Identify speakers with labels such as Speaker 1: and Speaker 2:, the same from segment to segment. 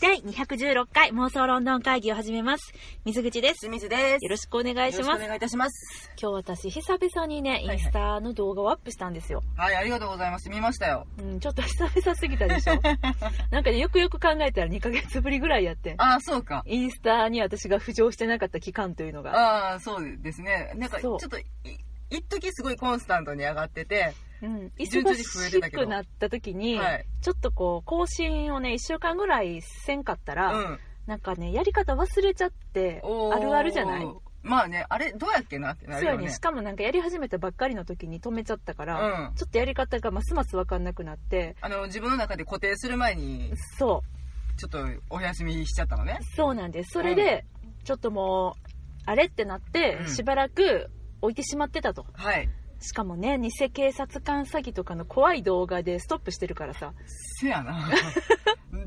Speaker 1: 第216回妄想ロンドン会議を始めます。水口です。
Speaker 2: 清水です。
Speaker 1: よろしくお願いしま
Speaker 2: よろ
Speaker 1: す。
Speaker 2: お願いいたします。
Speaker 1: 今日私、久々にね、インスタの動画をアップしたんですよ。
Speaker 2: はい、ありがとうございます。見ましたよ。
Speaker 1: うん、ちょっと久々すぎたで しょ。なんかね、よくよく考えたら2ヶ月ぶりぐらいやってん。
Speaker 2: ああ、そうか。
Speaker 1: インスタに私が浮上してなかった期間というのが。
Speaker 2: ああ、そうですね。なんか、ち
Speaker 1: そ
Speaker 2: ょ
Speaker 1: う
Speaker 2: っと、い一時すごいコンスタントに上がってて、
Speaker 1: うん。
Speaker 2: 徐
Speaker 1: 忙
Speaker 2: 々に増えて
Speaker 1: した
Speaker 2: けど
Speaker 1: くなった時に、
Speaker 2: はい。
Speaker 1: ちょっとこう、更新をね、1週間ぐらいせんかった
Speaker 2: う
Speaker 1: ら、
Speaker 2: ん。
Speaker 1: なんかね、やり方忘れちゃって、
Speaker 2: おー
Speaker 1: あるあるじゃない
Speaker 2: まあね、あれ、どうやっけなってな
Speaker 1: そう
Speaker 2: るよ
Speaker 1: や
Speaker 2: ね。
Speaker 1: ね。しかもなんかやり始めたばっかりの時に止めちゃったか
Speaker 2: う
Speaker 1: ら、
Speaker 2: ん。
Speaker 1: ちょっとやり方がますますわかんなくなって、
Speaker 2: あの、自分の中で固定する前に、
Speaker 1: そ
Speaker 2: ちょっとお休みしちゃったのね
Speaker 1: う。、そうなんです。それで、ちょっともう、あれってなって
Speaker 2: う、ん
Speaker 1: しばらく置いてしまってたと。
Speaker 2: はい。
Speaker 1: しかもね、偽警察官詐欺とかの怖い動画でストップしてるからさ、
Speaker 2: せや な。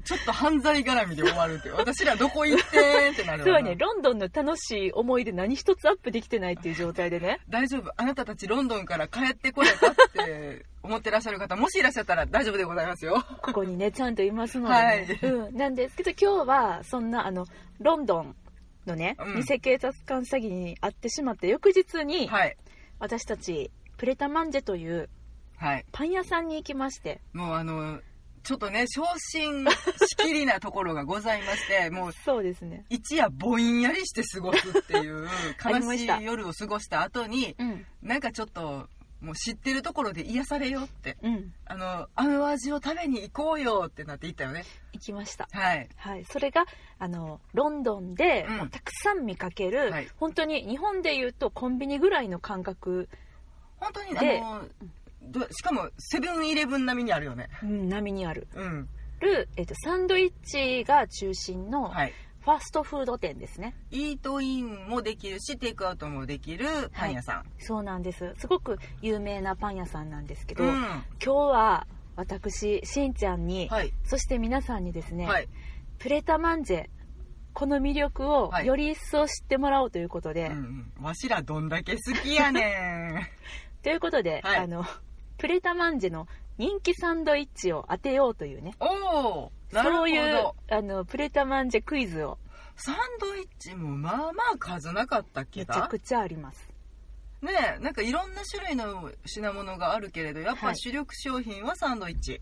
Speaker 2: ちょっと犯罪絡みで終わるって。私らどこ行ってんってなる
Speaker 1: そう
Speaker 2: わ
Speaker 1: や
Speaker 2: な
Speaker 1: ね、ロンドンの楽しい思い出何一つアップできてないっていう状態でね。
Speaker 2: 大丈夫あなたたちロンドンから帰ってこれたって思ってらっしゃる方 もしいらっしゃったら大丈夫でございますよ
Speaker 1: ここにね、ちゃんといますので、ね
Speaker 2: はい
Speaker 1: うん。なんですけど、今日は、そんな、あの、ロンドンのね、
Speaker 2: うん
Speaker 1: 偽警察官詐欺に遭ってしまった翌日に、
Speaker 2: はい
Speaker 1: 私たち、プレタマンジェという
Speaker 2: はい
Speaker 1: パン屋さんに行きまして、
Speaker 2: もうあのちょっとね昇進しきりなところがございまして もう
Speaker 1: そうですね。
Speaker 2: 一夜ぼんやりして過ごすって いう
Speaker 1: ありま
Speaker 2: 悲
Speaker 1: し
Speaker 2: したい夜を過ごした後に
Speaker 1: うん。
Speaker 2: なんかちょっともう知ってるところで癒されようって
Speaker 1: うん。
Speaker 2: あのあの味を食べに行こうよってなって行ったよね
Speaker 1: 行きました。
Speaker 2: はい
Speaker 1: はい、それがあのロンドンで、
Speaker 2: うん
Speaker 1: まあたくさん見かける、
Speaker 2: はい
Speaker 1: 本当に日本でいうとコンビニぐらいの感覚、
Speaker 2: 本当にあ
Speaker 1: で
Speaker 2: のどしかもセブンイレブン並みにあるよね
Speaker 1: うん、波にある
Speaker 2: うん
Speaker 1: えっと、サンドイッチが中心の
Speaker 2: はい
Speaker 1: ファストフード店ですね、
Speaker 2: イートインもできるしテイクアウトもできるパン屋さん、
Speaker 1: そうなんですすごく有名なパン屋さんなんですけど、
Speaker 2: うん
Speaker 1: 今日は私しんちゃんに、
Speaker 2: はい、
Speaker 1: そして皆さんにですね、
Speaker 2: はい、
Speaker 1: プレタマンジェこの魅力を
Speaker 2: はい
Speaker 1: より一層知ってもらおうということで、
Speaker 2: うんうん、わしらどんだけ好きやね
Speaker 1: ということで、
Speaker 2: はい
Speaker 1: あの プレタマンジェの人気サンドイッチを当てようというね
Speaker 2: んおおなるほど
Speaker 1: そういうあのプレタマンジェクイズを
Speaker 2: サンドイッチもまあまあ数なかったっけ
Speaker 1: めちゃ
Speaker 2: だ
Speaker 1: くちゃあります
Speaker 2: ねえなんかいろんな種類の品物があるけれどやっ
Speaker 1: は
Speaker 2: ぱ
Speaker 1: い
Speaker 2: 主力商品はサンドイッチ、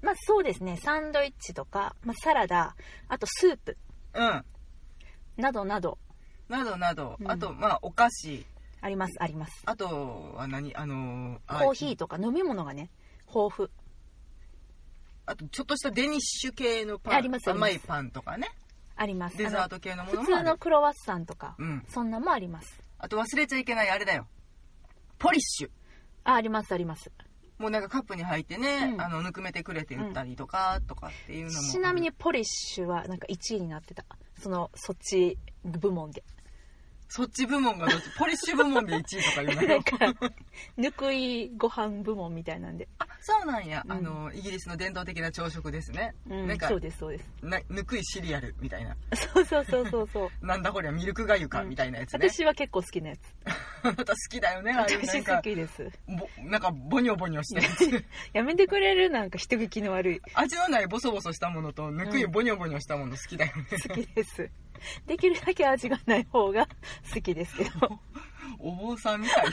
Speaker 1: まあそうですねサンドイッチとか、まあ、サラダあとスープなどなど
Speaker 2: うんなどなど、
Speaker 1: うん
Speaker 2: あとまあお菓子
Speaker 1: ありますあります
Speaker 2: あとは何あのあ
Speaker 1: コーヒーとか飲み物がね豊富
Speaker 2: あとちょっとしたデニッシュ系のパン
Speaker 1: ありますありま
Speaker 2: 甘
Speaker 1: す
Speaker 2: いパンとかね
Speaker 1: あります
Speaker 2: デザー
Speaker 1: あ
Speaker 2: ト系
Speaker 1: の
Speaker 2: のものもあ
Speaker 1: 普
Speaker 2: る
Speaker 1: 通のクロワッサンとか、
Speaker 2: うん
Speaker 1: そんなもあります
Speaker 2: あと忘れちゃいけないあれだよ。ポリッシュ。
Speaker 1: あありますあります
Speaker 2: もうなんかカップに入ってね、
Speaker 1: うん
Speaker 2: あの、ぬくめてくれて売ったりとか、とかっていうのも。
Speaker 1: ちなみに。ポリッシュはなんか1位になってたそのそっち部門で
Speaker 2: そっち部門がどっち、ポリッシュ部門で1位とか言うの
Speaker 1: な
Speaker 2: よ
Speaker 1: ん。かぬくいご飯部門みたいなんで、
Speaker 2: あ、そうなんや、
Speaker 1: うん
Speaker 2: あの、イギリスの伝統的な朝食ですね。
Speaker 1: うん
Speaker 2: なんか
Speaker 1: そうですそうです
Speaker 2: な、ぬくいシリアルみたいな。
Speaker 1: そうそうそうそうそう
Speaker 2: なんだこりゃミルクがゆか、
Speaker 1: うん
Speaker 2: みたいなや つね。
Speaker 1: 私は結構好きなやつ
Speaker 2: あなた好きだよね、ああいうな
Speaker 1: 私
Speaker 2: んか
Speaker 1: 好、きです
Speaker 2: ぼなんかボニョボニョした やつ。
Speaker 1: やめてくれるなんか人聞きの 悪い
Speaker 2: 味のないボソボソしたものと、ぬくい
Speaker 1: うん
Speaker 2: ボニョボニョしたもの好きだ よね。
Speaker 1: 好きですできるだけ味がない方が好きですけど
Speaker 2: お坊さんみたいな。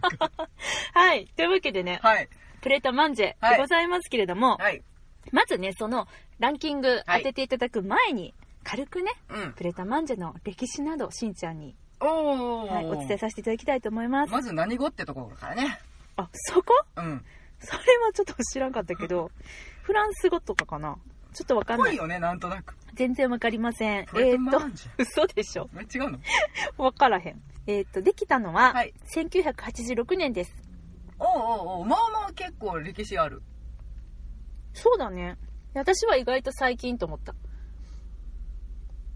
Speaker 2: なんか
Speaker 1: はいというわけでね
Speaker 2: はい。
Speaker 1: プレタマンジェでございますけれども、
Speaker 2: はい。
Speaker 1: まずねそのランキング当
Speaker 2: はい
Speaker 1: てていただく前に、軽くね
Speaker 2: うん。
Speaker 1: プレタマンジェの歴史などしんちゃんに、
Speaker 2: おお、
Speaker 1: はい、お伝えさせていただきたいと思います
Speaker 2: まず何語ってところからね。
Speaker 1: あそこ
Speaker 2: うん。
Speaker 1: それはちょっと知らんかったけどフランス語とかかなちょっとわかん
Speaker 2: 濃
Speaker 1: ないい
Speaker 2: よね、なんとなく。
Speaker 1: 全然わかりませんえっ、
Speaker 2: プレートマ
Speaker 1: と
Speaker 2: ンジェ。
Speaker 1: 嘘でしょ
Speaker 2: え違うの
Speaker 1: わからへんえっ、とできたのは
Speaker 2: はい
Speaker 1: 1986年です、
Speaker 2: おうおうおうまあまあ結構歴史ある。
Speaker 1: そうだね私は意外と最近と思った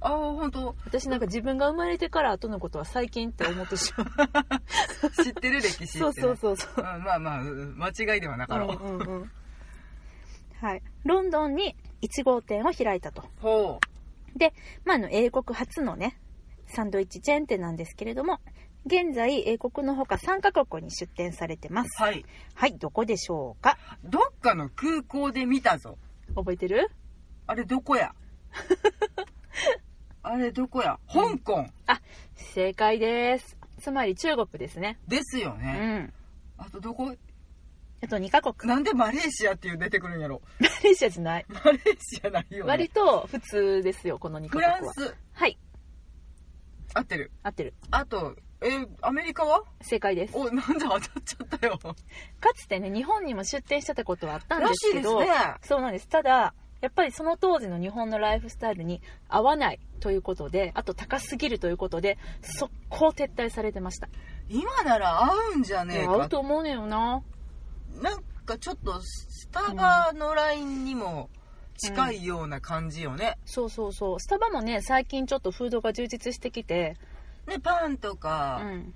Speaker 2: ああ、ほんと。
Speaker 1: 私なんか自分が生まれてから後のことは最近って思ってしまう
Speaker 2: 知ってる歴史ってね、
Speaker 1: そうそうそうそう
Speaker 2: うん。まあまあ、うん間違いではなかろう。
Speaker 1: うんうんうんはいロンドンに1号店を開いたと
Speaker 2: ほ
Speaker 1: まあ、あの英国初のねサンドイッチチェーン店なんですけれども現在英国のほか3カ国に出店されてます
Speaker 2: う。はい。
Speaker 1: はいどこでしょうか
Speaker 2: どっかの空港で見たぞ。
Speaker 1: 覚えてる
Speaker 2: あれどこやあれどこや香港、
Speaker 1: 正解です。つまり中国ですね。
Speaker 2: ですよ
Speaker 1: う
Speaker 2: ね、
Speaker 1: ん。
Speaker 2: あとどこ
Speaker 1: あと2カ国。
Speaker 2: なんでマレーシアっていう出てくるんやろ
Speaker 1: マレーシアじゃない。
Speaker 2: マレーシアない よ、
Speaker 1: 割
Speaker 2: ね、
Speaker 1: と普通ですよ、この2カ国
Speaker 2: フ
Speaker 1: は。
Speaker 2: ランス
Speaker 1: はい。
Speaker 2: 合ってる
Speaker 1: 合ってる。
Speaker 2: あとえアメリカは
Speaker 1: 正解です。
Speaker 2: おなんだ当たっちゃったよ
Speaker 1: かつてね、日本にも出店してたことはあったんで
Speaker 2: らし
Speaker 1: す
Speaker 2: い
Speaker 1: け
Speaker 2: です
Speaker 1: ど、
Speaker 2: ね
Speaker 1: そうなんです。ただ、やっぱりその当時の日本のライフスタイルに合わないということで、あと高すぎるということで、速攻撤退されてました。
Speaker 2: 今なら合うんじゃ
Speaker 1: い
Speaker 2: ねえ
Speaker 1: や
Speaker 2: か
Speaker 1: 合うと思うのよな。
Speaker 2: なんかちょっとスタバのラインにも近いような感じよね、
Speaker 1: そうそうそう。スタバもね、最近ちょっとフードが充実してきて、
Speaker 2: ねパンと
Speaker 1: う
Speaker 2: か、
Speaker 1: ん。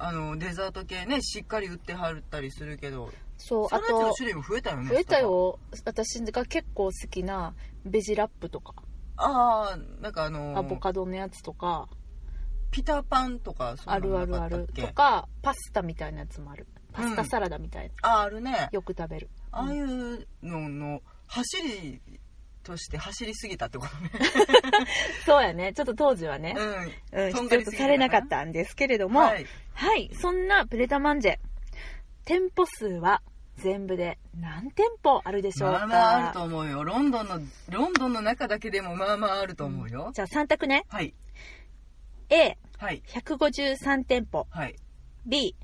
Speaker 2: あのデザート系ねしっかり売ってはったりするけど
Speaker 1: そう、
Speaker 2: そ
Speaker 1: あ
Speaker 2: のやつの
Speaker 1: と、
Speaker 2: 種類も増えたよね
Speaker 1: 増えたよ。私が結構好きなベジラップとか、
Speaker 2: ああなんかあの
Speaker 1: アボカドのやつとか、
Speaker 2: ピタパンとかそ
Speaker 1: あ
Speaker 2: んな
Speaker 1: る
Speaker 2: の
Speaker 1: あるあ
Speaker 2: なかったっ
Speaker 1: る。
Speaker 2: け
Speaker 1: とか、パスタみたいなやつもある。パスタサラダみたいな。
Speaker 2: ああるね
Speaker 1: よく食べる。
Speaker 2: ああいうのの走りとして走りすぎたってことね
Speaker 1: そうやね。ちょっと当時はね、
Speaker 2: う
Speaker 1: うん、
Speaker 2: とん
Speaker 1: 必
Speaker 2: が
Speaker 1: 要
Speaker 2: り
Speaker 1: と
Speaker 2: すぎたかな
Speaker 1: されなかったんですけれど
Speaker 2: ん
Speaker 1: も、は、
Speaker 2: はいい
Speaker 1: そんなプレタマンジェ、店舗数は全部で何店舗あるでしょう
Speaker 2: ま
Speaker 1: か
Speaker 2: あまああると思うよロンドンのロンドンの中だけでもまあまああると思うよ、
Speaker 1: じゃあ3択ね。
Speaker 2: はい
Speaker 1: A、
Speaker 2: はい
Speaker 1: 153店舗。
Speaker 2: はい
Speaker 1: B、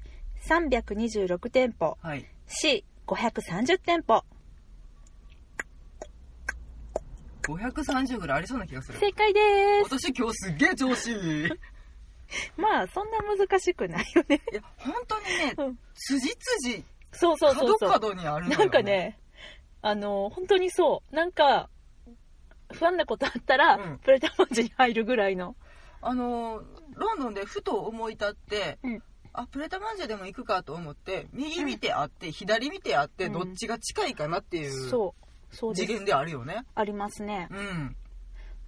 Speaker 1: 326店舗。
Speaker 2: はい
Speaker 1: C、530店舗。
Speaker 2: 530ぐらいありそうな気がする
Speaker 1: 正解です。
Speaker 2: 私今日すっげえ調 子いいい
Speaker 1: まあ、そんな難しくないよね。
Speaker 2: や本当にね
Speaker 1: うん
Speaker 2: 辻辻
Speaker 1: そうそうそう
Speaker 2: 角
Speaker 1: そう。
Speaker 2: 角にあるのよ
Speaker 1: なんかね、あの、本当にそう。なんか、不安なことあったら、
Speaker 2: うん
Speaker 1: プレタマンジェに入るぐらいの。
Speaker 2: あのロンドンでふと思い立って、
Speaker 1: うん
Speaker 2: あプレタマンジェでも行くかと思って右見てあって、左見てあって、
Speaker 1: うん
Speaker 2: どっちが近いかなっていう
Speaker 1: そう。そう
Speaker 2: 次
Speaker 1: です。
Speaker 2: 元であるよね
Speaker 1: ありますね。
Speaker 2: うん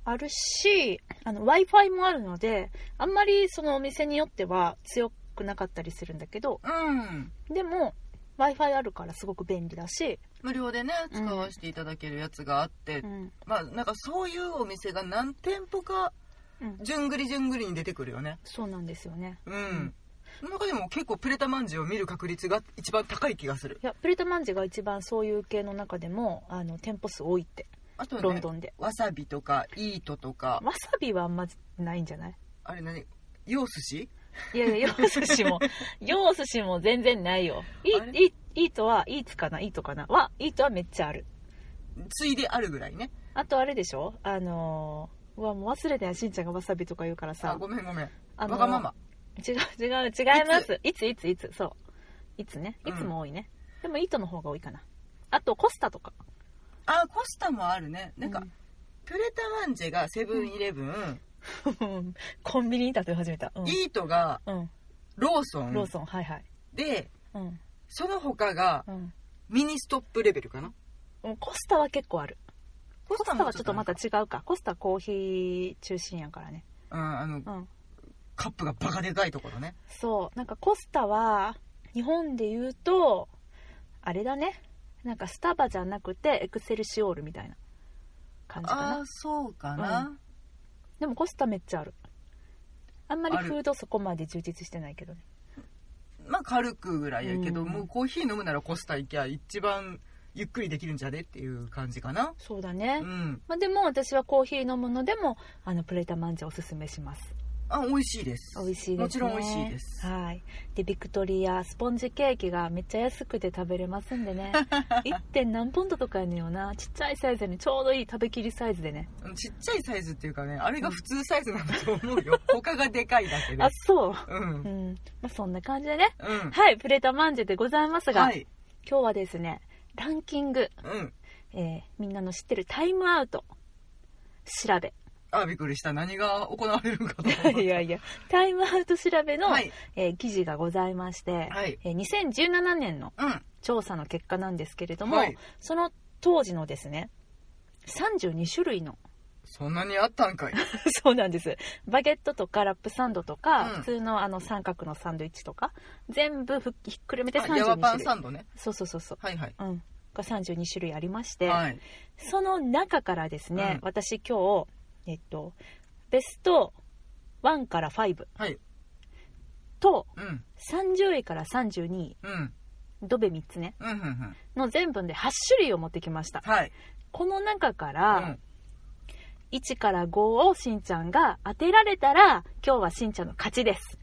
Speaker 1: あるし、あの、Wi-Fi もあるので、あんまりそのお店によっては強くなかったりするんだけど、
Speaker 2: うん
Speaker 1: でも、Wi-Fi あるからすごく便利だし、
Speaker 2: 無料でね
Speaker 1: う
Speaker 2: 使
Speaker 1: ん
Speaker 2: わせていただけるやつがあって、
Speaker 1: うん。
Speaker 2: まあなんかそういうお店が何店舗か
Speaker 1: うん。
Speaker 2: じゅんぐりじゅんぐりに出てくるよね
Speaker 1: そうなんですよね。
Speaker 2: うん、その中でも結構プレタマンジェを見る確率が一番高い気がする
Speaker 1: いや、プレタマンジェが一番そういう系の中でも、あの、店舗数多いって、
Speaker 2: あと
Speaker 1: ロン
Speaker 2: ね
Speaker 1: ドンで。
Speaker 2: わさびとかイートとか
Speaker 1: わさびはあんまないんじゃない
Speaker 2: あれ何洋寿司
Speaker 1: いやいや、洋寿司 も、洋寿司も全然ないよ。い
Speaker 2: あれ
Speaker 1: い、いい、いいとは、いいつかな、いいとかな。は、いいとはめっちゃある。
Speaker 2: ついであるぐらいね
Speaker 1: あとあれでしょあのー、うわ、もう忘れてない、しんちゃんがわさびとか言うから
Speaker 2: あ
Speaker 1: さ。
Speaker 2: ごめんごめん
Speaker 1: あのー
Speaker 2: わがまま
Speaker 1: 違う、違う、違います。いつ、いつ、いつ、そう。いつね。いつも多いね。でも、いいとの方が多いかな。あと、コスタとか。
Speaker 2: あコスタもあるねなんか、
Speaker 1: うん
Speaker 2: プレタマンジェがセブンイレブン、
Speaker 1: コンビニに例え始めた。うん。
Speaker 2: イートが
Speaker 1: うん。
Speaker 2: ローソン
Speaker 1: ローソン、はいはい。
Speaker 2: で
Speaker 1: うん。
Speaker 2: その他が
Speaker 1: うん。
Speaker 2: ミニストップレベルかな
Speaker 1: うんコスタは結構ある。
Speaker 2: コ
Speaker 1: コスタはちょっとまた違うか。コスタはコーヒー中心やからね。
Speaker 2: うんあの
Speaker 1: うん。
Speaker 2: カップがバカでかいところね
Speaker 1: そうなんかコスタは日本で言うとあれだねなんかスタバじゃなくてエクセルシオールみたいな感じか
Speaker 2: ああ
Speaker 1: な
Speaker 2: そうかな、
Speaker 1: でもコスタめっちゃあるあんまり
Speaker 2: ある
Speaker 1: フードそこまで充実してないけどね
Speaker 2: まあ軽くぐらいやけど、
Speaker 1: うん
Speaker 2: もうコーヒー飲むならコスタ行きゃ一番ゆっくりできるんじゃねっていう感じかな
Speaker 1: そうだね、
Speaker 2: うん
Speaker 1: まあ、でも私はコーヒー飲むのでもあのプレタマンジェおすすめします
Speaker 2: あ美味しいです
Speaker 1: 美味しいです、ね、
Speaker 2: もちろん美味しいです
Speaker 1: はいでビクトリアスポンジケーキがめっちゃ安くて食べれますんで ね 1. 点何ポンドとかやねんよなちっちゃいサイズにちょうどいい食べきりサイズでね
Speaker 2: あのちっちゃいサイズっていうかねあれが普通サイズなんだと思うよ他がでかいだけで
Speaker 1: あそう
Speaker 2: う
Speaker 1: うんんまあ、そんな感じでね。
Speaker 2: うん
Speaker 1: はい、プレタマンジェでございますが、
Speaker 2: はい
Speaker 1: 今日はですね、ランキング、
Speaker 2: うん
Speaker 1: えーみんなの知ってるタイムアウト、調 べ。
Speaker 2: あびっくりした何が行われるんかと思った
Speaker 1: いやいや、タイムアウト調べの、
Speaker 2: はい
Speaker 1: えー記事がございまして、
Speaker 2: はい
Speaker 1: えー2017年の
Speaker 2: うん
Speaker 1: 調査の結果なんですけれども、
Speaker 2: はい
Speaker 1: その当時のですね、32種類 の、
Speaker 2: そんなにあったんかい
Speaker 1: そうなんです。バゲットとかラップサンドとか、
Speaker 2: うん
Speaker 1: 普通のあの三角のサンドイッチとか、全部ふっひっくるめて32
Speaker 2: あ
Speaker 1: 種類。
Speaker 2: ヤワパンサンドね
Speaker 1: そうそうそうそう。
Speaker 2: はいはい
Speaker 1: うん、が32種類ありまして、
Speaker 2: はい
Speaker 1: その中からですね、
Speaker 2: うん
Speaker 1: 私今日、えっと、ベスト1から5
Speaker 2: はい
Speaker 1: と
Speaker 2: うん
Speaker 1: 30位から32位
Speaker 2: うん
Speaker 1: ドベ3つね
Speaker 2: うんうんうん
Speaker 1: の全部で8種類を持ってきました
Speaker 2: はい
Speaker 1: この中か
Speaker 2: う
Speaker 1: ら
Speaker 2: ん
Speaker 1: 1から5をしんちゃんが当てられたら今日はしんちゃんの勝ちです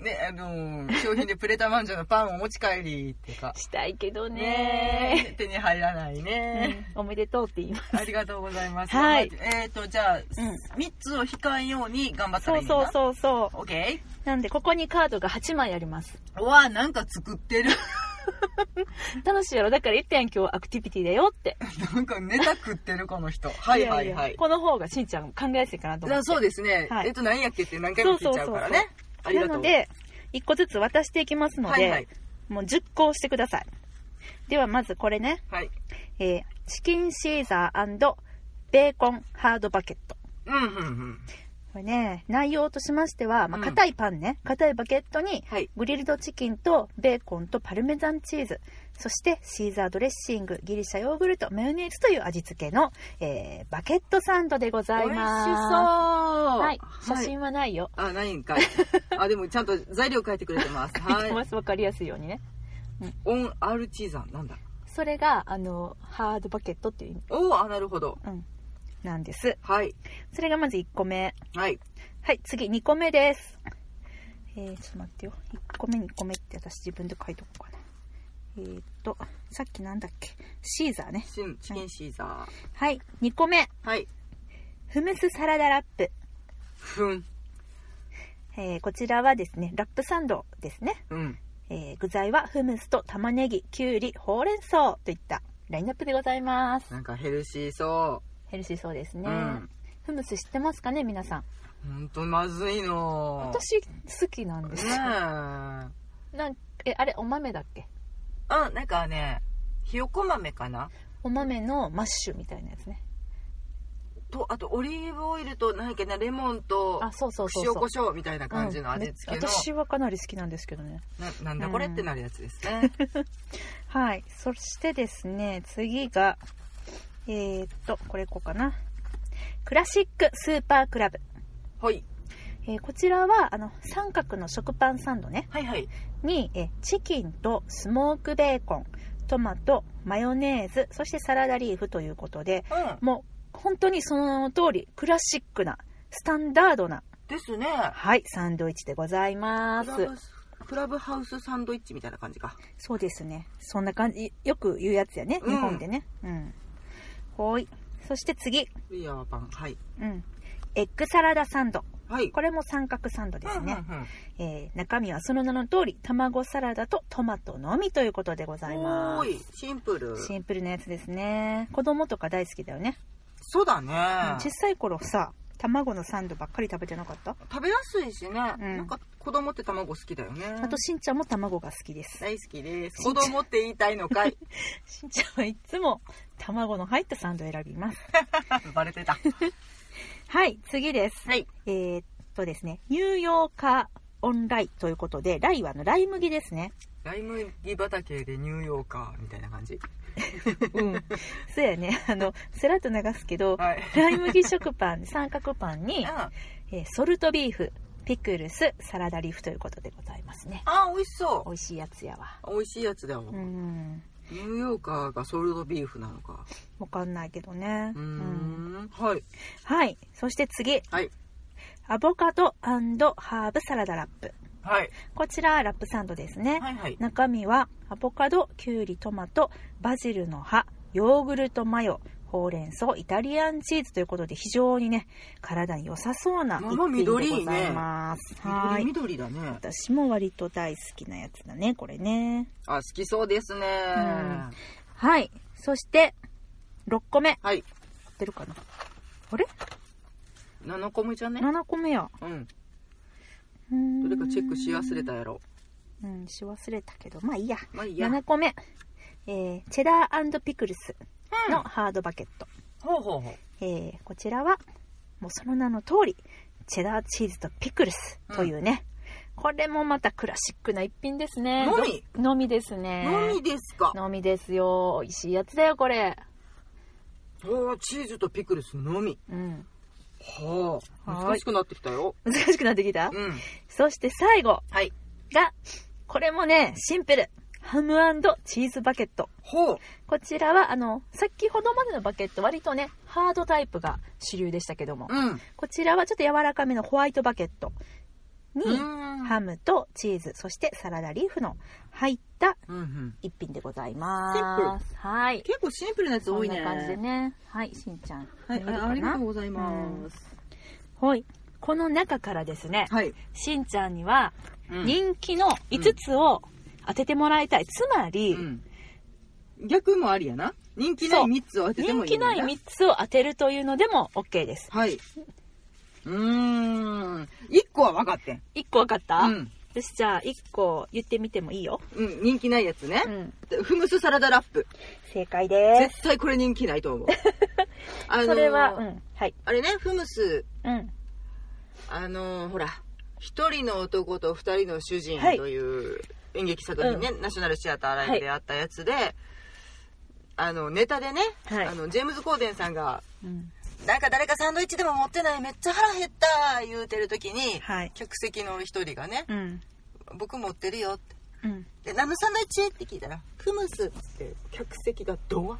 Speaker 2: ねあのー商品でプレタマンジョのパンをお持ち帰りっていうか
Speaker 1: したいけどね
Speaker 2: ねえ手に入らないね、
Speaker 1: うんおめでとうって言います
Speaker 2: ありがとうございます
Speaker 1: はい
Speaker 2: 頑張ってえっ、とじゃあ、
Speaker 1: ん
Speaker 2: 三3つを引かんように頑張ったら
Speaker 1: そ
Speaker 2: いういんだ
Speaker 1: そうそうそう
Speaker 2: オッケ
Speaker 1: なんでここにカードが8枚あります
Speaker 2: ーうわなんか作ってる
Speaker 1: 楽しいやろだから言ったやん今日アクティビティだよって
Speaker 2: なんかネタ食ってるこの人はい
Speaker 1: や
Speaker 2: はい
Speaker 1: や
Speaker 2: はい
Speaker 1: この方がしんちゃん考えやすいかなと
Speaker 2: じ
Speaker 1: 思
Speaker 2: ゃ
Speaker 1: っ
Speaker 2: あ
Speaker 1: て
Speaker 2: そうですね、
Speaker 1: はい
Speaker 2: えっと何やっけって何回も聞いちゃうからねありが
Speaker 1: な
Speaker 2: とう
Speaker 1: ので1個ずつ渡していきますので、
Speaker 2: はいはい
Speaker 1: もう10個押してくださいではまずこれね、
Speaker 2: はい
Speaker 1: えーチキンシーザーベーコンハードバケット
Speaker 2: うんうんうん
Speaker 1: これね内容としましては、まあ、
Speaker 2: うん
Speaker 1: 硬いパンね硬、いバケットに
Speaker 2: はい
Speaker 1: グリルドチキンとベーコンとパルメザンチーズそしてシーザードレッシングギリシャヨーグルトマヨネーズという味付けの、えーバケットサンドでござい
Speaker 2: 美味しそう
Speaker 1: ますはい、写真はないよ、
Speaker 2: あないんかいあでもちゃんと材料書いてくれて ます
Speaker 1: 見
Speaker 2: は
Speaker 1: て
Speaker 2: い
Speaker 1: ます分かりやすいようにね
Speaker 2: オンアルチーザンなんだ
Speaker 1: それがあのハードバケットっていう意味、
Speaker 2: おおなるほど
Speaker 1: うん、なんです
Speaker 2: はい
Speaker 1: それがまず1個目
Speaker 2: はい
Speaker 1: はい次2個目ですえー、ちょっと待ってよ1個目2個目って私自分で書いとこうかなえー、っとさっきなんだっけシーザーね
Speaker 2: チンチキンシーザ
Speaker 1: はい2個目
Speaker 2: ーはい
Speaker 1: フムスサラダラップ、
Speaker 2: ふん
Speaker 1: えーこちらはですねラップサンドですね、
Speaker 2: うん
Speaker 1: えー具材はフムスと玉ねぎきゅうりほうれん草といったラインナップでございます
Speaker 2: なんかヘルシーそ
Speaker 1: ヘルシーそうですね、
Speaker 2: うん
Speaker 1: フムス知ってますかね皆さん
Speaker 2: うほんとまずいの
Speaker 1: 私好きなんです
Speaker 2: ねえ
Speaker 1: よ
Speaker 2: あ
Speaker 1: なんえあれお豆だっけ
Speaker 2: なんかねひよこ豆かな
Speaker 1: お豆のマッシュみたいなやつね
Speaker 2: とあとオリーブオイルと何やっけなレモンと
Speaker 1: あそうそうそう
Speaker 2: 塩
Speaker 1: そう
Speaker 2: コショウみたいな感じの味付
Speaker 1: う
Speaker 2: け
Speaker 1: ん
Speaker 2: の
Speaker 1: め私はかなり好きなんですけどね
Speaker 2: ななんだこれってなるやつです ね
Speaker 1: はいそしてですね次がえー、っとこれこうかなクラシックスーパークラブ、
Speaker 2: はい
Speaker 1: えーこちらはあの三角の食パンサンドね
Speaker 2: はいはい
Speaker 1: に、えーチキンとスモークベーコントマトマヨネーズそしてサラダリーフということで
Speaker 2: うん
Speaker 1: もう本当にその名の通りクラシックなスタンダードな
Speaker 2: ですね
Speaker 1: はいサンドイッチでございま
Speaker 2: クラブ
Speaker 1: す
Speaker 2: クラブハウスサンドイッチみたいな感じか
Speaker 1: そうですねそんな感じよく言うやつやね
Speaker 2: うん
Speaker 1: 日本でねうんほーいそして次
Speaker 2: ウィアーパンはい
Speaker 1: うんエッグサラダサンド
Speaker 2: はい
Speaker 1: これも三角サンドですね、
Speaker 2: うんうんうん
Speaker 1: えー中身はその名の通り卵サラダとトマトのみということでございま
Speaker 2: おーいシンプル
Speaker 1: すシンプルなやつですね子供とか大好きだよね、
Speaker 2: そうだ
Speaker 1: うん
Speaker 2: ね
Speaker 1: 小さい頃さ卵のサンドばっかり食べてなかった
Speaker 2: 食べやすいしね
Speaker 1: うん
Speaker 2: なんか子供って卵好きだよね
Speaker 1: あとしんちゃんも卵が好きです
Speaker 2: 大好きです
Speaker 1: ちっ
Speaker 2: 子
Speaker 1: ちゃい
Speaker 2: 供って言いたいの かい
Speaker 1: しんちゃんはいつも卵の入ったサンドを選びます
Speaker 2: バレてた
Speaker 1: はい次です
Speaker 2: はい
Speaker 1: えーっとですねニューヨーカーオンライということでライはあのライ麦です ね
Speaker 2: ライ麦畑でニューヨーカーみたいな感じ
Speaker 1: うんそうやねあのスラッと流すけど
Speaker 2: はい
Speaker 1: ライ麦食パン三角パンに、
Speaker 2: あ
Speaker 1: えーソルトビーフピクルスサラダリーフということでございますね
Speaker 2: あ美味しそ
Speaker 1: 美味しいやつやわ
Speaker 2: う美味しいやつだよ
Speaker 1: うん
Speaker 2: ニューヨーカーがソルトビーフなのか
Speaker 1: わかんないけどね
Speaker 2: うー
Speaker 1: うん
Speaker 2: んはい
Speaker 1: はいそして次
Speaker 2: はい
Speaker 1: アボカドハーブサラダラップ
Speaker 2: はい
Speaker 1: こちらラップサンドですね、
Speaker 2: はいはい
Speaker 1: 中身はアボカドきゅうりトマトバジルの葉ヨーグルトマヨほうれん草イタリアンチーズということで非常にね体に良さそうな一
Speaker 2: まあ
Speaker 1: 品でご
Speaker 2: 緑いいね
Speaker 1: ざいます、は
Speaker 2: 緑
Speaker 1: い
Speaker 2: 緑だね
Speaker 1: 私も割と大好きなやつだねこれね
Speaker 2: あ好きそうですね
Speaker 1: んはいそして6個目
Speaker 2: はい
Speaker 1: 合ってるかなあれ
Speaker 2: 7個目じゃね
Speaker 1: 7個目や
Speaker 2: うん
Speaker 1: うーん
Speaker 2: どれかチェックし忘れたやろ
Speaker 1: うんし忘れたけどまあいいや
Speaker 2: まあいいや
Speaker 1: 7個目、えーチェダーピクルス
Speaker 2: うん
Speaker 1: のハードバケット、
Speaker 2: ほうほうほう
Speaker 1: えーこちらはもうその名の通りチェダーチーズとピクルスというね、これもまたクラシックな一品ですね
Speaker 2: のみ
Speaker 1: どのみですね
Speaker 2: のみですか
Speaker 1: のみですよ美味しいやつだよこれ
Speaker 2: おーチーズとピクルスのみ
Speaker 1: うん
Speaker 2: はあ
Speaker 1: はい
Speaker 2: 難しくなってきたよ
Speaker 1: 難しくなってきた、
Speaker 2: うん
Speaker 1: そして最後
Speaker 2: はい
Speaker 1: がこれもねシンプルハムチーズバケット
Speaker 2: ほう
Speaker 1: こちらはあの先ほどまでのバケット割とねハードタイプが主流でしたけども
Speaker 2: うん
Speaker 1: こちらはちょっと柔らかめのホワイトバケットに、
Speaker 2: うん
Speaker 1: ハムとチーズ、そしてサラダリーフの入った
Speaker 2: うんうん
Speaker 1: 一品でございます。はい。
Speaker 2: 結構シンプルなやつ
Speaker 1: そ
Speaker 2: 多
Speaker 1: ん
Speaker 2: いね
Speaker 1: な感じでね。はい、しんちゃん。
Speaker 2: は
Speaker 1: 見れ
Speaker 2: い
Speaker 1: るかな
Speaker 2: あありがとうございます
Speaker 1: はい。この中からですね、
Speaker 2: はい
Speaker 1: しんちゃんには
Speaker 2: うん
Speaker 1: 人気の5つを当ててもらいたい。つまり、
Speaker 2: うん逆もありやな人気ない
Speaker 1: そう
Speaker 2: 3つを当てて
Speaker 1: 人
Speaker 2: もいい
Speaker 1: 気
Speaker 2: んだ
Speaker 1: ない3つを当てるというのでも OK です。
Speaker 2: はい。うーん。一個は分かってん。
Speaker 1: 1個分かった、
Speaker 2: うん。
Speaker 1: よし、じゃあ1個言ってみてもいいよ。
Speaker 2: うん、人気ないやつね
Speaker 1: う。ん。
Speaker 2: フムスサラダラップ。
Speaker 1: 正解です。
Speaker 2: 絶対これ人気ない と思う。あのー
Speaker 1: それは、うん。はい。
Speaker 2: あれね、フムス、
Speaker 1: うん。
Speaker 2: あのーほら、一人の男と二人の主人
Speaker 1: はい
Speaker 2: という演劇作品ね、ナショナルシアターライブであったやつで、あの、ネタでね、
Speaker 1: はい
Speaker 2: あの、ジェームズ・コーデンさんが、
Speaker 1: うん、
Speaker 2: なんか誰かサンドイッチでも持ってない、めっちゃ腹減った言うてる時に、
Speaker 1: はい。
Speaker 2: 客席の一人がね、
Speaker 1: うん。
Speaker 2: 僕持ってるよって。
Speaker 1: うん。
Speaker 2: で、ナムサンドイッチって聞いたら、フムスって客席がドア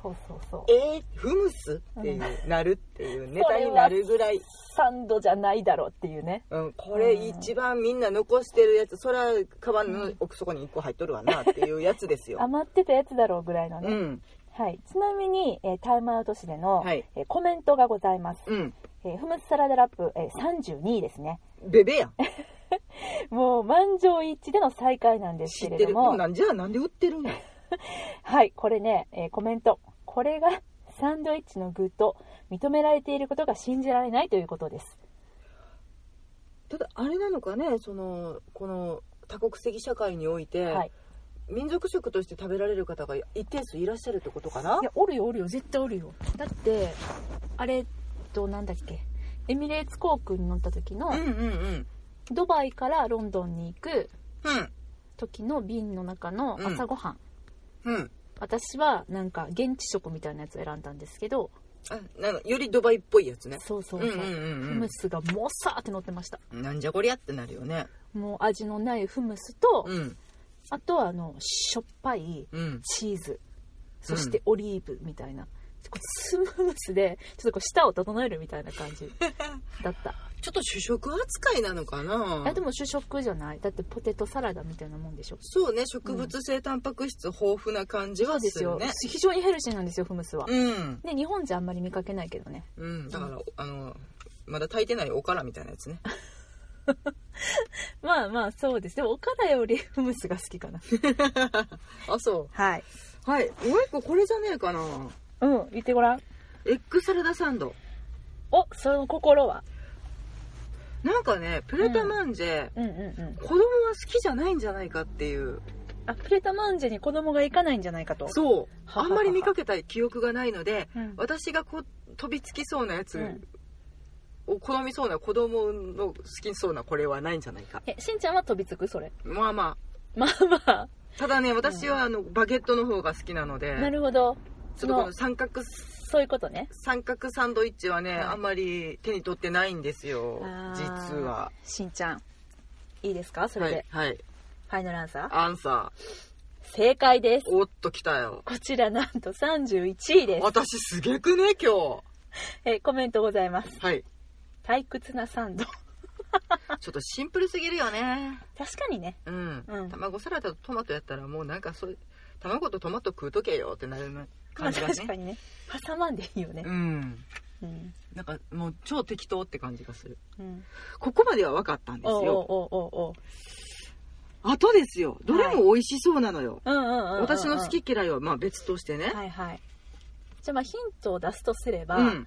Speaker 1: そうそうそう。
Speaker 2: えー、フムスっていう、なるっていうネタになるぐらい、
Speaker 1: サンドじゃないだろうっていうね
Speaker 2: うん、これ一番みんな残してるやつ、そりゃ、カバンの奥底に一個入っとるわなっていうやつですよ。
Speaker 1: 余ってたやつだろうぐらいのね、
Speaker 2: うん、
Speaker 1: はい、ちなみに、えータイムアウト誌での、
Speaker 2: はい
Speaker 1: えーコメントがございます、
Speaker 2: うん。
Speaker 1: えーフムスサラダラップ、えー32位ですね
Speaker 2: ベベやん。
Speaker 1: もう満場一致での最下位なんです
Speaker 2: 知
Speaker 1: け
Speaker 2: っ
Speaker 1: れ
Speaker 2: て
Speaker 1: ど
Speaker 2: る。
Speaker 1: も
Speaker 2: なんじゃあなんで売ってるんや。
Speaker 1: はいこれね、えーコメントこれがサンドイッチの具と認められていることが信じられないということです
Speaker 2: ただ、あれなのかね、その、この、多国籍社会において、
Speaker 1: はい
Speaker 2: 民族食として食べられる方が一定数いらっしゃるってことかない
Speaker 1: やおるよおるよ絶対おるよだってあれとなんだっけエミレーツ航空に乗った時の、
Speaker 2: うんうんうん。
Speaker 1: ドバイからロンドンに行く
Speaker 2: うん。
Speaker 1: 時の便の中の朝ごはん、
Speaker 2: うん。
Speaker 1: 私はなんか現地食みたいなやつを選んだんですけど
Speaker 2: あなんかよりドバイっぽいやつね
Speaker 1: そうそううんそうう,、
Speaker 2: んうん
Speaker 1: フ
Speaker 2: う
Speaker 1: ムスがもさーって乗ってました
Speaker 2: んなんじゃこりゃってなるよね
Speaker 1: もう味のないフムスと、
Speaker 2: うん
Speaker 1: あとはあのしょっぱい
Speaker 2: うん
Speaker 1: チーズそしてオリーブみたいな、こうスムースでちょっとこう舌を整えるみたいな感 じだった
Speaker 2: ちょっと主食扱いなのかな
Speaker 1: えでも主食じゃないだってポテトサラダみたいなもんでしょ
Speaker 2: そうね植物性タンパク質豊富な感じは
Speaker 1: です
Speaker 2: する
Speaker 1: よ
Speaker 2: ね
Speaker 1: 非常にヘルシーなんですよフムスは、
Speaker 2: うん
Speaker 1: で日本じゃあんまり見かけないけどね
Speaker 2: うんだからあのまだ炊いてないおからみたいなや つね
Speaker 1: まあまあそうですでも岡田よりフムスが好きかな
Speaker 2: あそ
Speaker 1: はいう
Speaker 2: はいもう一個これじゃねえかな
Speaker 1: うん言ってごらん
Speaker 2: エッグサラダサンド
Speaker 1: おその心は
Speaker 2: なんかねプレタマンジェ、
Speaker 1: うんうんうん
Speaker 2: 子供は好きじゃないんじゃないかっていう
Speaker 1: あプレタマンジェに子供が行かないんじゃないかと
Speaker 2: そう
Speaker 1: ははは
Speaker 2: あんまり見かけた記憶がないので
Speaker 1: うん
Speaker 2: 私がこう飛びつきそうなやつ
Speaker 1: うん
Speaker 2: を好みそうな子供の好きそうなこれはないんじゃないか
Speaker 1: えしんちゃんは飛びつくそれ
Speaker 2: まあま
Speaker 1: まあま
Speaker 2: あただね私はあのバゲットの方が好きなので
Speaker 1: あなるほど
Speaker 2: ち
Speaker 1: そ
Speaker 2: ょっとこ
Speaker 1: の
Speaker 2: の三角
Speaker 1: そういうことね
Speaker 2: 三角サンドイッチはね、
Speaker 1: はい
Speaker 2: あんまり手に取ってないんですよ
Speaker 1: あー
Speaker 2: 実は
Speaker 1: しんちゃんいいですかそれ
Speaker 2: は
Speaker 1: で、
Speaker 2: い、はい、
Speaker 1: ファイナルアンサー
Speaker 2: アンサ
Speaker 1: 正解です
Speaker 2: ーおっと来たよ
Speaker 1: こちらなんと31位です
Speaker 2: 私すげくね今
Speaker 1: えコメントございます
Speaker 2: 日はい
Speaker 1: 退屈なサンド
Speaker 2: ちょっとシンプルすぎるよね
Speaker 1: 確かにね
Speaker 2: うん、
Speaker 1: うん
Speaker 2: 卵サラダとトマトやったらもうなんかそう卵とトマト食うとけよってなるような
Speaker 1: まあ
Speaker 2: 感じが
Speaker 1: 確か
Speaker 2: ね
Speaker 1: にね挟まんでいいよね
Speaker 2: うん
Speaker 1: うん、
Speaker 2: なんかもう超適当って感じがする
Speaker 1: うん、
Speaker 2: ここまでは分かったんです
Speaker 1: おう
Speaker 2: よ
Speaker 1: おうおうおうおう
Speaker 2: あとですよどれも美味しそうなのよ、
Speaker 1: うんうんうんうんうん
Speaker 2: 私の好き嫌いはまあ別としてね、
Speaker 1: はいはいじゃあまあヒントを出すとすれば、
Speaker 2: うん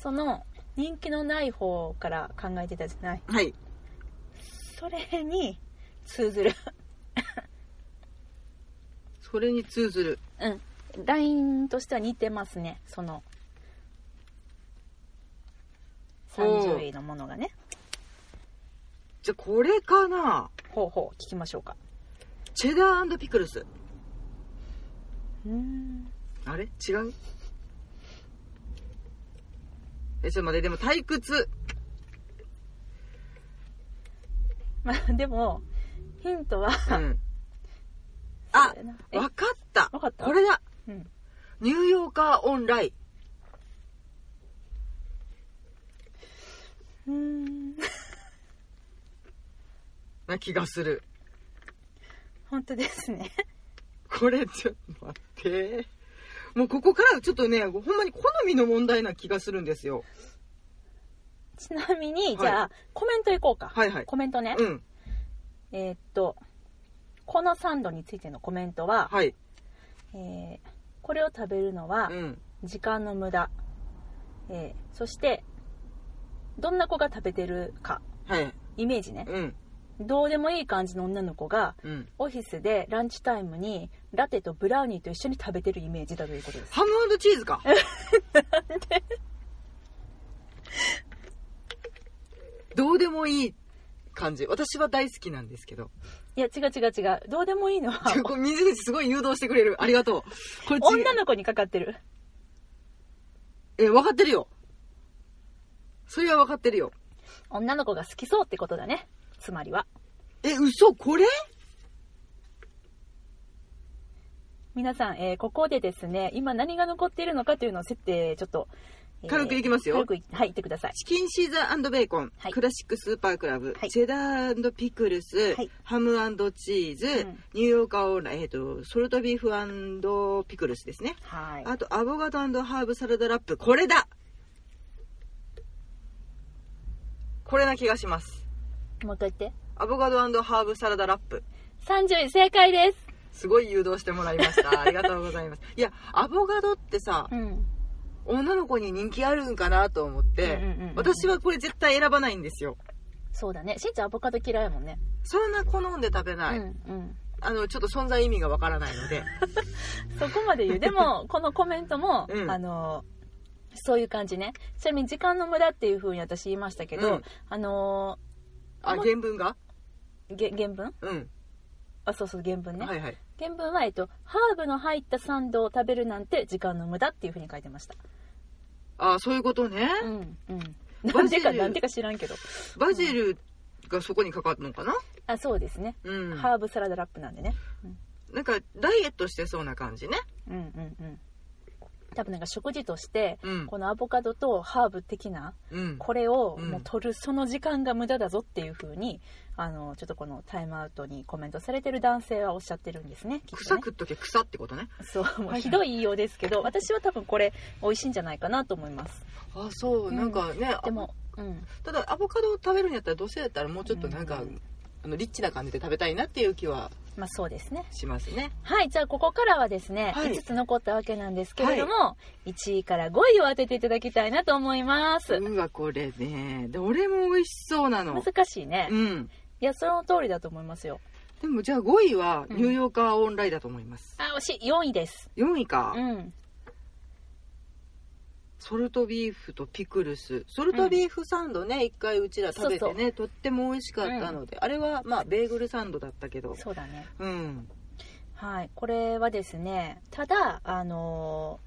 Speaker 1: その人気のない方から考えてたじゃない
Speaker 2: はい
Speaker 1: それに通ずる
Speaker 2: それに通ずる
Speaker 1: うんラインとしては似てますねその
Speaker 2: おう
Speaker 1: 30位のものがね
Speaker 2: じゃあこれかな
Speaker 1: ほうほう聞きましょうか
Speaker 2: チェダーピクルス
Speaker 1: うん
Speaker 2: あれ違うえちょっと待ってでも退屈
Speaker 1: まあでもヒントは
Speaker 2: うんあ
Speaker 1: え
Speaker 2: わかった
Speaker 1: わかった
Speaker 2: これだ
Speaker 1: うん
Speaker 2: ニューヨーカーオンライ
Speaker 1: う
Speaker 2: ン
Speaker 1: ん
Speaker 2: な気がする
Speaker 1: 本当ですね
Speaker 2: これちょっと待ってもうここからちょっとねほんまに好みの問題な気がするんですよ
Speaker 1: ちなみに、
Speaker 2: い
Speaker 1: じゃあコメントいこうか、
Speaker 2: はいはい
Speaker 1: コメントね、
Speaker 2: うん
Speaker 1: えーっとこのサンドについてのコメントは、
Speaker 2: はい
Speaker 1: えーこれを食べるのは
Speaker 2: うん
Speaker 1: 時間の無駄、えーそしてどんな子が食べてるか
Speaker 2: はい
Speaker 1: イメージね
Speaker 2: うん
Speaker 1: どうでもいい感じの女の子が
Speaker 2: うん
Speaker 1: オフィスでランチタイムにラテとブラウニーと一緒に食べてるイメージだという ことです
Speaker 2: ハムチーズかどうでもいい感じ私は大好きなんですけど
Speaker 1: いや違う違う違うどうでもいいのは
Speaker 2: これ水口すごい誘導してくれるありがとうこれ違う
Speaker 1: 女の子にかかってる
Speaker 2: え分かってるよそれは分かってるよ
Speaker 1: 女の子が好きそうってことだねつまりは
Speaker 2: え嘘これ
Speaker 1: 皆さん、えーここでですね今何が残っているのかというのを設定ちょっと、えー
Speaker 2: 軽くいきますよ
Speaker 1: 軽くいはい言ってください
Speaker 2: チキンシーザーベーコン、
Speaker 1: はい
Speaker 2: クラシックスーパークラブ、
Speaker 1: はい
Speaker 2: チェダーピクルス、
Speaker 1: はい
Speaker 2: ハムチーズ、
Speaker 1: うん
Speaker 2: ニューヨーカーオーライ、えっとソルトビーフピクルスですね
Speaker 1: はい
Speaker 2: あとアボガドハーブサラダラップこれだこれな気がします
Speaker 1: もう一回言って
Speaker 2: アボガドハーブサラダラップ
Speaker 1: 30位正解です
Speaker 2: すごい誘導してもらいま したありがとうございますいやアボガドってさ
Speaker 1: うん
Speaker 2: 女の子に人気あるんかなと思って、
Speaker 1: うんうんうんうん
Speaker 2: 私はこれ絶対選ばないんですよ
Speaker 1: そうだねしんちゃんアボカド嫌いやもんね、
Speaker 2: そんな好んで食べない、
Speaker 1: うんうん
Speaker 2: あのちょっと存在意味がわからない ので
Speaker 1: そこまで言うで もこのコメントも、
Speaker 2: うん
Speaker 1: あのそういう感じねちなみに時間の無駄っていうふうに私言いましたけど、
Speaker 2: うん
Speaker 1: あの
Speaker 2: あ
Speaker 1: も
Speaker 2: 原文が
Speaker 1: ーげ原文
Speaker 2: うん、
Speaker 1: あそうそう原文ね、
Speaker 2: はいはい
Speaker 1: 原文は、えっと、ハーブの入ったサンドを食べるなんて時間の無駄っていうふうに書いてました
Speaker 2: あそういうことね、
Speaker 1: うんうん
Speaker 2: バ
Speaker 1: な
Speaker 2: ジル
Speaker 1: んでかなんでか知らんけど
Speaker 2: バジルがそこにかかるのかな
Speaker 1: あそうですね、
Speaker 2: うん
Speaker 1: ハーブサラダラップなんでね、うん、
Speaker 2: なんかダイエットしてそうな感じね
Speaker 1: うんうんうん多分なんか食事として、
Speaker 2: うん
Speaker 1: このアボカドとハーブ的な
Speaker 2: うん
Speaker 1: これを
Speaker 2: うん
Speaker 1: もう取るその時間が無駄だぞっていうふうにあのちょっとこのタイムアウトにコメントされてる男性はおっしゃってるんですねきっと
Speaker 2: 草
Speaker 1: ね
Speaker 2: 食っとけ草ってことね
Speaker 1: そうも
Speaker 2: は
Speaker 1: う
Speaker 2: い
Speaker 1: ひどい言いようです けど私は多分これ美味しいんじゃないかなと思います
Speaker 2: あそう
Speaker 1: うん
Speaker 2: なんかね、
Speaker 1: でもうん
Speaker 2: あただアボカドを食べるんやったらどうせやったらもうちょっとなんか、
Speaker 1: うん
Speaker 2: あのリッチな感じで食べたいなっていう気は
Speaker 1: まあそうですね
Speaker 2: しますね
Speaker 1: はいじゃあここからはですね、
Speaker 2: はい
Speaker 1: 5つ残ったわけなんですけれども、1位から5位を当てていただきたいなと思います、
Speaker 2: うわこれねどれも美味しそうなの
Speaker 1: 難しいね、
Speaker 2: う
Speaker 1: い
Speaker 2: ん
Speaker 1: やその通りだと思いますよ
Speaker 2: でもじゃあ5位はニューヨーカーオンラインだと思います、
Speaker 1: あ惜しい4位です
Speaker 2: 4位か、
Speaker 1: うん
Speaker 2: ソルトビーフとピクルスソルトビーフサンドね一、回うちら食べてね
Speaker 1: そう
Speaker 2: とっても美味しかったので、あれはまあベーグルサンドだったけど
Speaker 1: そうだね
Speaker 2: うん
Speaker 1: はい、これはですねただあの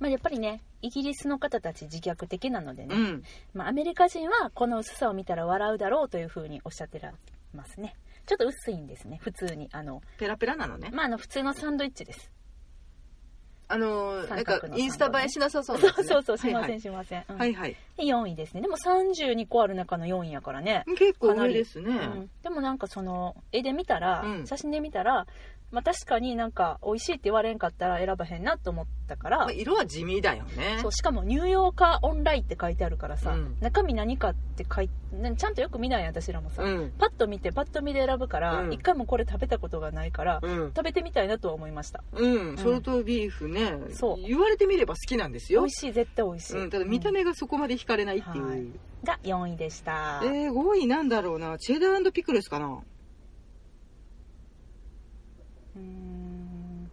Speaker 1: ーまあ、やっぱりねイギリスの方たち自虐的なのでね、
Speaker 2: うん
Speaker 1: まあ、アメリカ人はこの薄さを見たら笑うだろうというふうにおっしゃってらますねちょっと薄いんですね普通にあの、
Speaker 2: ペラペラなのね
Speaker 1: まあ、あの普通のサンドイッチです、
Speaker 2: あのーなん
Speaker 1: 三
Speaker 2: か
Speaker 1: 角のサンドね
Speaker 2: インスタ映えしなさそうなやつ
Speaker 1: そう
Speaker 2: ね
Speaker 1: そうそうしません、
Speaker 2: はい
Speaker 1: しません、うん
Speaker 2: はい、はい
Speaker 1: で4位ですねでも32個ある中の4位やからね、
Speaker 2: はい結構上ですね、
Speaker 1: うんでもなんかその絵で見たら、
Speaker 2: うん
Speaker 1: 写真で見たら、まあ、確かになんか美味しいって言われんかったら選ばへんなと思ったから、
Speaker 2: まあ、色は地味だよね
Speaker 1: そうしかもニューヨーカーオンラインって書いてあるからさ、
Speaker 2: うん
Speaker 1: 中身何かって書いなちゃんとよく見ないやん私らもさ、
Speaker 2: うん
Speaker 1: パッと見てパッと見で選ぶから、
Speaker 2: うん
Speaker 1: 一回もこれ食べたことがないから、
Speaker 2: うん、
Speaker 1: 食べてみたいなとは思いました
Speaker 2: うん、ソルトビーフね、
Speaker 1: そう
Speaker 2: 言われてみれば好きなんです
Speaker 1: 美
Speaker 2: よ
Speaker 1: 味しい絶対美味しい、
Speaker 2: うん、ただ見た目がそこまで惹かれないっていう、
Speaker 1: はいうんが4位でした、
Speaker 2: えー、5位なんだろうなチェダーピクルスかな
Speaker 1: うーん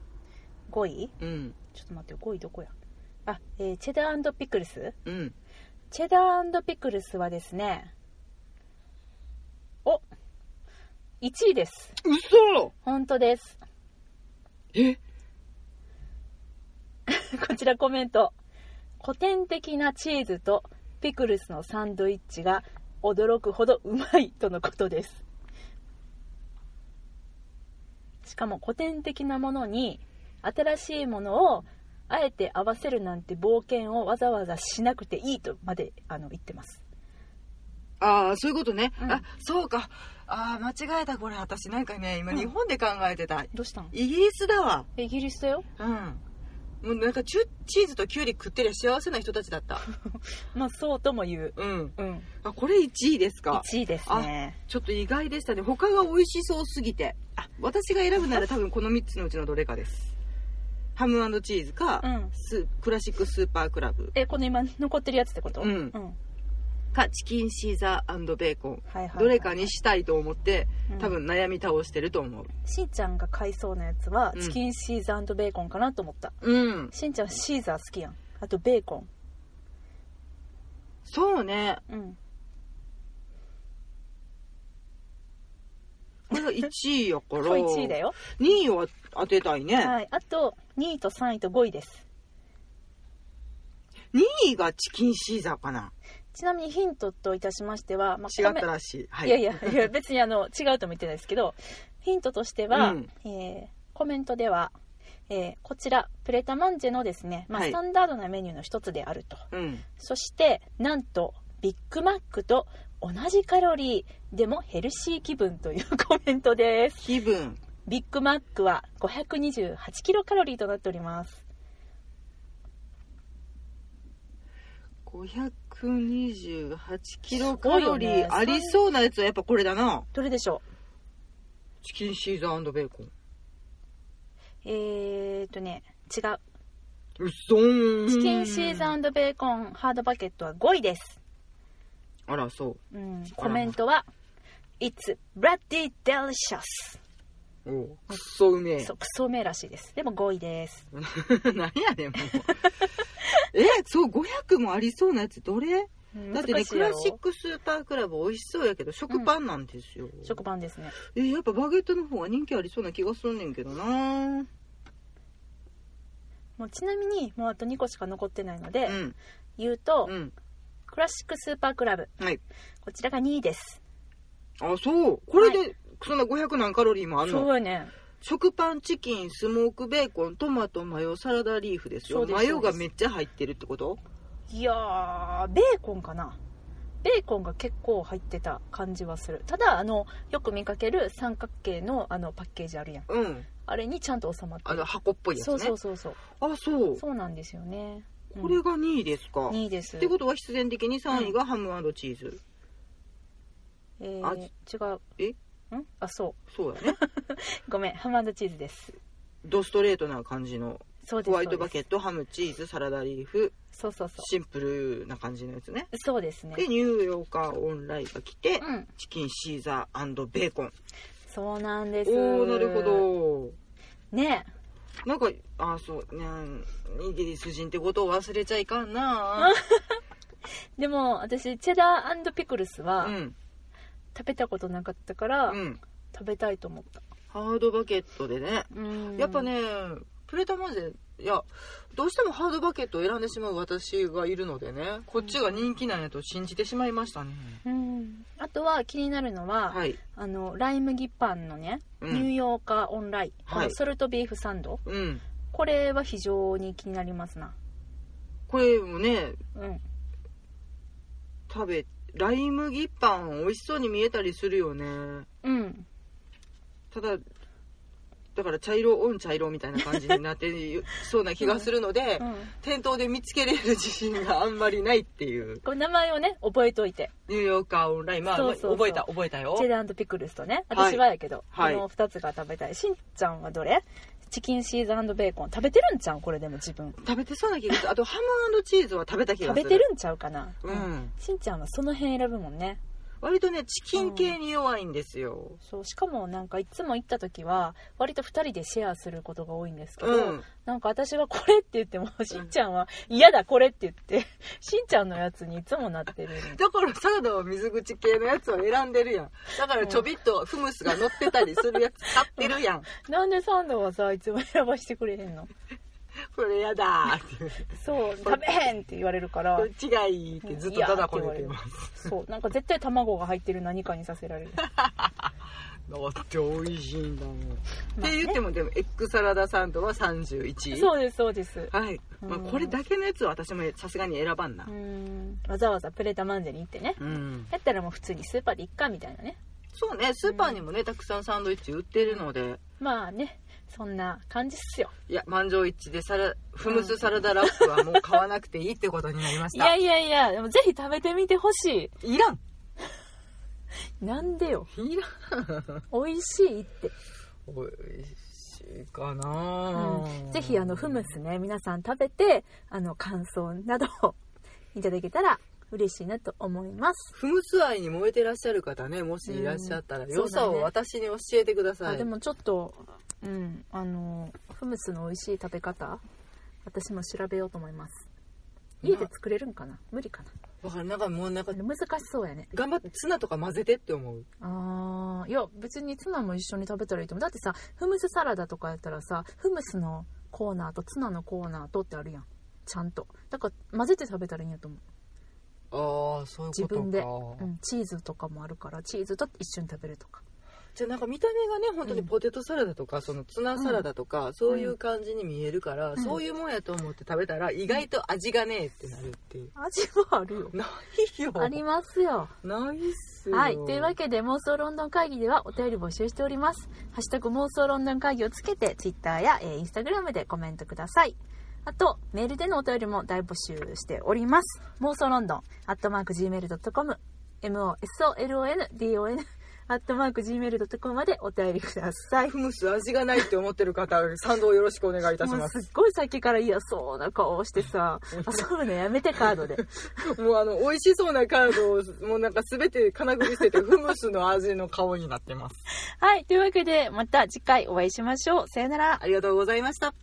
Speaker 1: 5位
Speaker 2: うん
Speaker 1: ちょっと待って5位どこやあ、えーチェダーピクルス
Speaker 2: うん
Speaker 1: チェダーピクルスはですねお1位です
Speaker 2: 嘘
Speaker 1: 本当です
Speaker 2: え
Speaker 1: こちらコメント古典的なチーズとピクルスのサンドイッチが驚くほどうまいとのことですしかも古典的なものに新しいものをあえて合わせるなんて冒険をわざわざしなくていいとまであの言ってます
Speaker 2: ああそういうことね、
Speaker 1: うん
Speaker 2: あそうかああ間違えたこれ私なんかね今
Speaker 1: うん
Speaker 2: 日本で考えてた、
Speaker 1: どうしたの
Speaker 2: イギリスだわ
Speaker 1: イギリスだよ
Speaker 2: うんもうなんかチュチーズとキュウリ食ってりゃ幸せな人たちだ った
Speaker 1: まあそうとも言う
Speaker 2: うん
Speaker 1: うん
Speaker 2: あこれ1位ですか
Speaker 1: 1位ですね
Speaker 2: ちょっと意外でしたね他が美味しそうすぎて
Speaker 1: あ
Speaker 2: 私が選ぶなら多分この3つのうちのどれかですハムチーズか、
Speaker 1: うん
Speaker 2: スクラシックスーパークラブ
Speaker 1: えこの今残ってるやつってこと
Speaker 2: うん
Speaker 1: うん
Speaker 2: かチキンシーザーベーコン
Speaker 1: はいはい
Speaker 2: どれかにしたいと思って
Speaker 1: うん
Speaker 2: 多分悩み倒してると思う
Speaker 1: しんちゃんが買いそうなやつは
Speaker 2: うん
Speaker 1: チキンシーザーベーコンかなと思った、
Speaker 2: うん
Speaker 1: しんちゃんシーザー好きやんあとベーコン
Speaker 2: そうね
Speaker 1: うん
Speaker 2: これが1位やか
Speaker 1: こ
Speaker 2: ら
Speaker 1: れ1位だよ、
Speaker 2: 2位を当てたいね、
Speaker 1: はい、あと2位と3位と5位です
Speaker 2: 2位がチキンシーザーかな
Speaker 1: ちなみにヒントといたしましては、まあ
Speaker 2: 違ったらしい、はい
Speaker 1: いやいやいや別にあの違うとも言ってないですけどヒントとしては、
Speaker 2: うん
Speaker 1: えーコメントでは、えーこちらプレタマンジェのですね、まあ、
Speaker 2: はい
Speaker 1: スタンダードなメニューの一つであると、
Speaker 2: うん
Speaker 1: そしてなんとビッグマックと同じカロリーでもヘルシー気分というコメントです
Speaker 2: 気分
Speaker 1: ビッグマックは528キロカロリーとなっております
Speaker 2: 528キロカロリーありそうなやつはやっぱこれだな
Speaker 1: どれでしょ
Speaker 2: チキンシーザーベーコン
Speaker 1: うえー、っとね違う
Speaker 2: うっそーん
Speaker 1: チキンシーザーベーコンハードバケットは5位です
Speaker 2: あらそう
Speaker 1: うん、コメントは「It's bloody delicious
Speaker 2: おうくっそうめ」え
Speaker 1: そうクソめらしいですでも5位です
Speaker 2: 何やねんもう えそう500もありそうなやつどれ
Speaker 1: うん
Speaker 2: だってね
Speaker 1: 難しい
Speaker 2: ク
Speaker 1: や
Speaker 2: ラ
Speaker 1: ろ
Speaker 2: シックスーパークラブ美味しそうやけど食パンなんですよ、
Speaker 1: 食パンですね
Speaker 2: えやっぱバゲットの方が人気ありそうな気がすんねんけどな
Speaker 1: もうちなみにもうあと2個しか残ってないので、
Speaker 2: うん
Speaker 1: 言うと、
Speaker 2: うん
Speaker 1: クラシックスーパークラブ
Speaker 2: はい
Speaker 1: こちらが2位です
Speaker 2: あそうこれで、そんな500何カロリーもあん
Speaker 1: す
Speaker 2: の
Speaker 1: ごいね
Speaker 2: 食パンチキンスモークベーコントマトマヨサラダリーフです
Speaker 1: そ
Speaker 2: よ
Speaker 1: うです
Speaker 2: マヨが
Speaker 1: そうです
Speaker 2: めっちゃ入ってるってこと
Speaker 1: いやーベーコンかなベーコンが結構入ってた感じはするただあのよく見かける三角形のあのパッケージあるやん
Speaker 2: うん
Speaker 1: あれにちゃんと収まって
Speaker 2: あ
Speaker 1: る
Speaker 2: の箱っぽいやつね
Speaker 1: そうそうそうそう
Speaker 2: あそう
Speaker 1: そうなんですよねうん
Speaker 2: これが2位ですか、っ
Speaker 1: 2位です
Speaker 2: てことは必然的に3位がハムチーズ、
Speaker 1: え
Speaker 2: あ
Speaker 1: ー、違うえんあそ
Speaker 2: そ うやね
Speaker 1: うごめんハムチーズです
Speaker 2: ドストレートな感じの
Speaker 1: そうです
Speaker 2: ホワイトバ
Speaker 1: ッ
Speaker 2: ケットハムチーズサラダリーフ
Speaker 1: そうそうそう
Speaker 2: シンプルな感じのやつね
Speaker 1: そうですね
Speaker 2: でニューヨーカーオンラインが来て、
Speaker 1: うん
Speaker 2: チキンシーザーベーコン
Speaker 1: そうなんです
Speaker 2: おおなるほど
Speaker 1: ね
Speaker 2: なんかあそうねイギリス人ってことを忘れちゃいか んな
Speaker 1: でも私チェダーピクルスは
Speaker 2: うん
Speaker 1: 食べたことなかったから、
Speaker 2: うん
Speaker 1: 食べたいと思った
Speaker 2: ハードバケットでね
Speaker 1: うん
Speaker 2: やっぱねプレタマジェいやどうしてもハードバケットを選んでしまう私がいるのでねこっちが人気なんやと信じてしまいましたね、
Speaker 1: うんあとは気になるのは、
Speaker 2: はい
Speaker 1: あのライ麦パンのね、
Speaker 2: う
Speaker 1: ニュー
Speaker 2: ん
Speaker 1: ヨーカーオンライン、
Speaker 2: はい
Speaker 1: このソルトビーフサンド
Speaker 2: うん
Speaker 1: これは非常に気になりますな
Speaker 2: これもね
Speaker 1: うん
Speaker 2: 食べライ麦パン美味しそうに見えたりするよね
Speaker 1: うん
Speaker 2: ただだから茶色オン茶色みたいな感じになってそうな気がするので、
Speaker 1: うん
Speaker 2: 店頭で見つけれる自信があんまりないっていう
Speaker 1: これ名前をね覚えといて
Speaker 2: ニューヨーカーオンラインまあ
Speaker 1: そうそうそう
Speaker 2: 覚えた覚えたよ
Speaker 1: チェダーピクルスとね
Speaker 2: はい
Speaker 1: 私はやけど、
Speaker 2: はい
Speaker 1: この2つが食べたいしんちゃんはどれチキンシーズベーコン食べてるんちゃうんこれでも自分
Speaker 2: 食べてそうな気がするあとハムチーズは食べた気が
Speaker 1: 食
Speaker 2: する
Speaker 1: べてるんちゃうかな、
Speaker 2: うん
Speaker 1: しんちゃんはその辺選ぶもんね
Speaker 2: 割とねチキン系に弱いんですよ、
Speaker 1: そうしかもなんかいつも行った時は割と2人でシェアすることが多いんですけど、
Speaker 2: うん
Speaker 1: なんか私はこれって言ってもしんちゃんは嫌だこれって言ってしんちゃんのやつにいつもなってる
Speaker 2: だからサラダは水口系のやつを選んでるやんだからちょびっとフムスが乗ってたりするやつ買ってるや ん
Speaker 1: なんでサンドはさいつも選ばしてくれへんの
Speaker 2: これやだーって
Speaker 1: そう食べへんって言われるから
Speaker 2: これ違いってずっとただこねてます
Speaker 1: そうなんか絶対卵が入ってる何かにさせられる
Speaker 2: だって美味しいんだもん、
Speaker 1: まあ
Speaker 2: って
Speaker 1: ね
Speaker 2: 言ってもでもエッグサラダサンドは31位
Speaker 1: そうですそうです
Speaker 2: はい、まあ、
Speaker 1: うん
Speaker 2: これだけのやつは私もさすがに選ばんな
Speaker 1: うーんわざわざプレタマンジェに行ってね
Speaker 2: うん
Speaker 1: やったらもう普通にスーパーで行っかみたいなね
Speaker 2: そうねスーパーにもねたくさんサンドイッチ売ってるので
Speaker 1: まあねそんな感じっすよ
Speaker 2: いや満場一致でサラフムスサラダラップはもう買わなくていいってことになりまし
Speaker 1: い
Speaker 2: た
Speaker 1: やいやいやでもぜひ食べてみてほし
Speaker 2: いらん
Speaker 1: いなんでよ
Speaker 2: いらん
Speaker 1: 美味しいって、
Speaker 2: 美味しいかな、
Speaker 1: うん、ぜひあのフムスね皆さん食べてあの感想などを いただけたら嬉しいなと思います
Speaker 2: フムス愛に燃えてらっしゃる方ねもしいらっしゃったら、
Speaker 1: うん
Speaker 2: 良さを私に教えてくださ
Speaker 1: あ
Speaker 2: い、
Speaker 1: でもちょっとうんあのフムスの美味しい食べ方私も調べようと思います家で作れるんかな無理かな
Speaker 2: わかるなんかもうなんか
Speaker 1: 難しそうやね
Speaker 2: 頑張ってツナとか混ぜてって思う
Speaker 1: あーいや別にツナも一緒に食べたらいいと思うだってさフムスサラダとかやったらさフムスのコーナーとツナのコーナーとってあるやんちゃんとだから混ぜて食べたらいいんやと思う
Speaker 2: ああそういうこと
Speaker 1: 自
Speaker 2: か
Speaker 1: 分で、うん、チーズとかもあるからチーズと一緒に食べるとか
Speaker 2: じゃあなんか見た目がね本当にポテトサラダとか、そのツナサラダとか、そういう感じに見えるから、
Speaker 1: ん
Speaker 2: そういうもんやと思って食べたら意外と味がねえってなるっていう、
Speaker 1: 味はある よ
Speaker 2: ないよ
Speaker 1: ありますよ
Speaker 2: ないっすよ
Speaker 1: はい。というわけで、妄想ロンドン会議ではお便り募集しております。ハッシュタグ妄想ロンドン会議をつけて、Twitter や、えー、Instagram でコメントください。あと、メールでのお便りも大募集しております。妄想ロンドン、アットマーク Gmail.com、mosolondon、ア ットマーク Gmail.com までお便りください。
Speaker 2: フムス味がないって思ってる方賛同よろしくお願いいたし
Speaker 1: も
Speaker 2: ま
Speaker 1: う
Speaker 2: す
Speaker 1: すっごいさっきから嫌そうな顔をして さ、遊ぶのやめてカードで。
Speaker 2: もうあの美味しそうなカードをもうなんか全て金繰り捨ててフムスの味の顔になってます
Speaker 1: はい。というわけで、また次回お会いしましょう。さよなら。
Speaker 2: ありがとうございました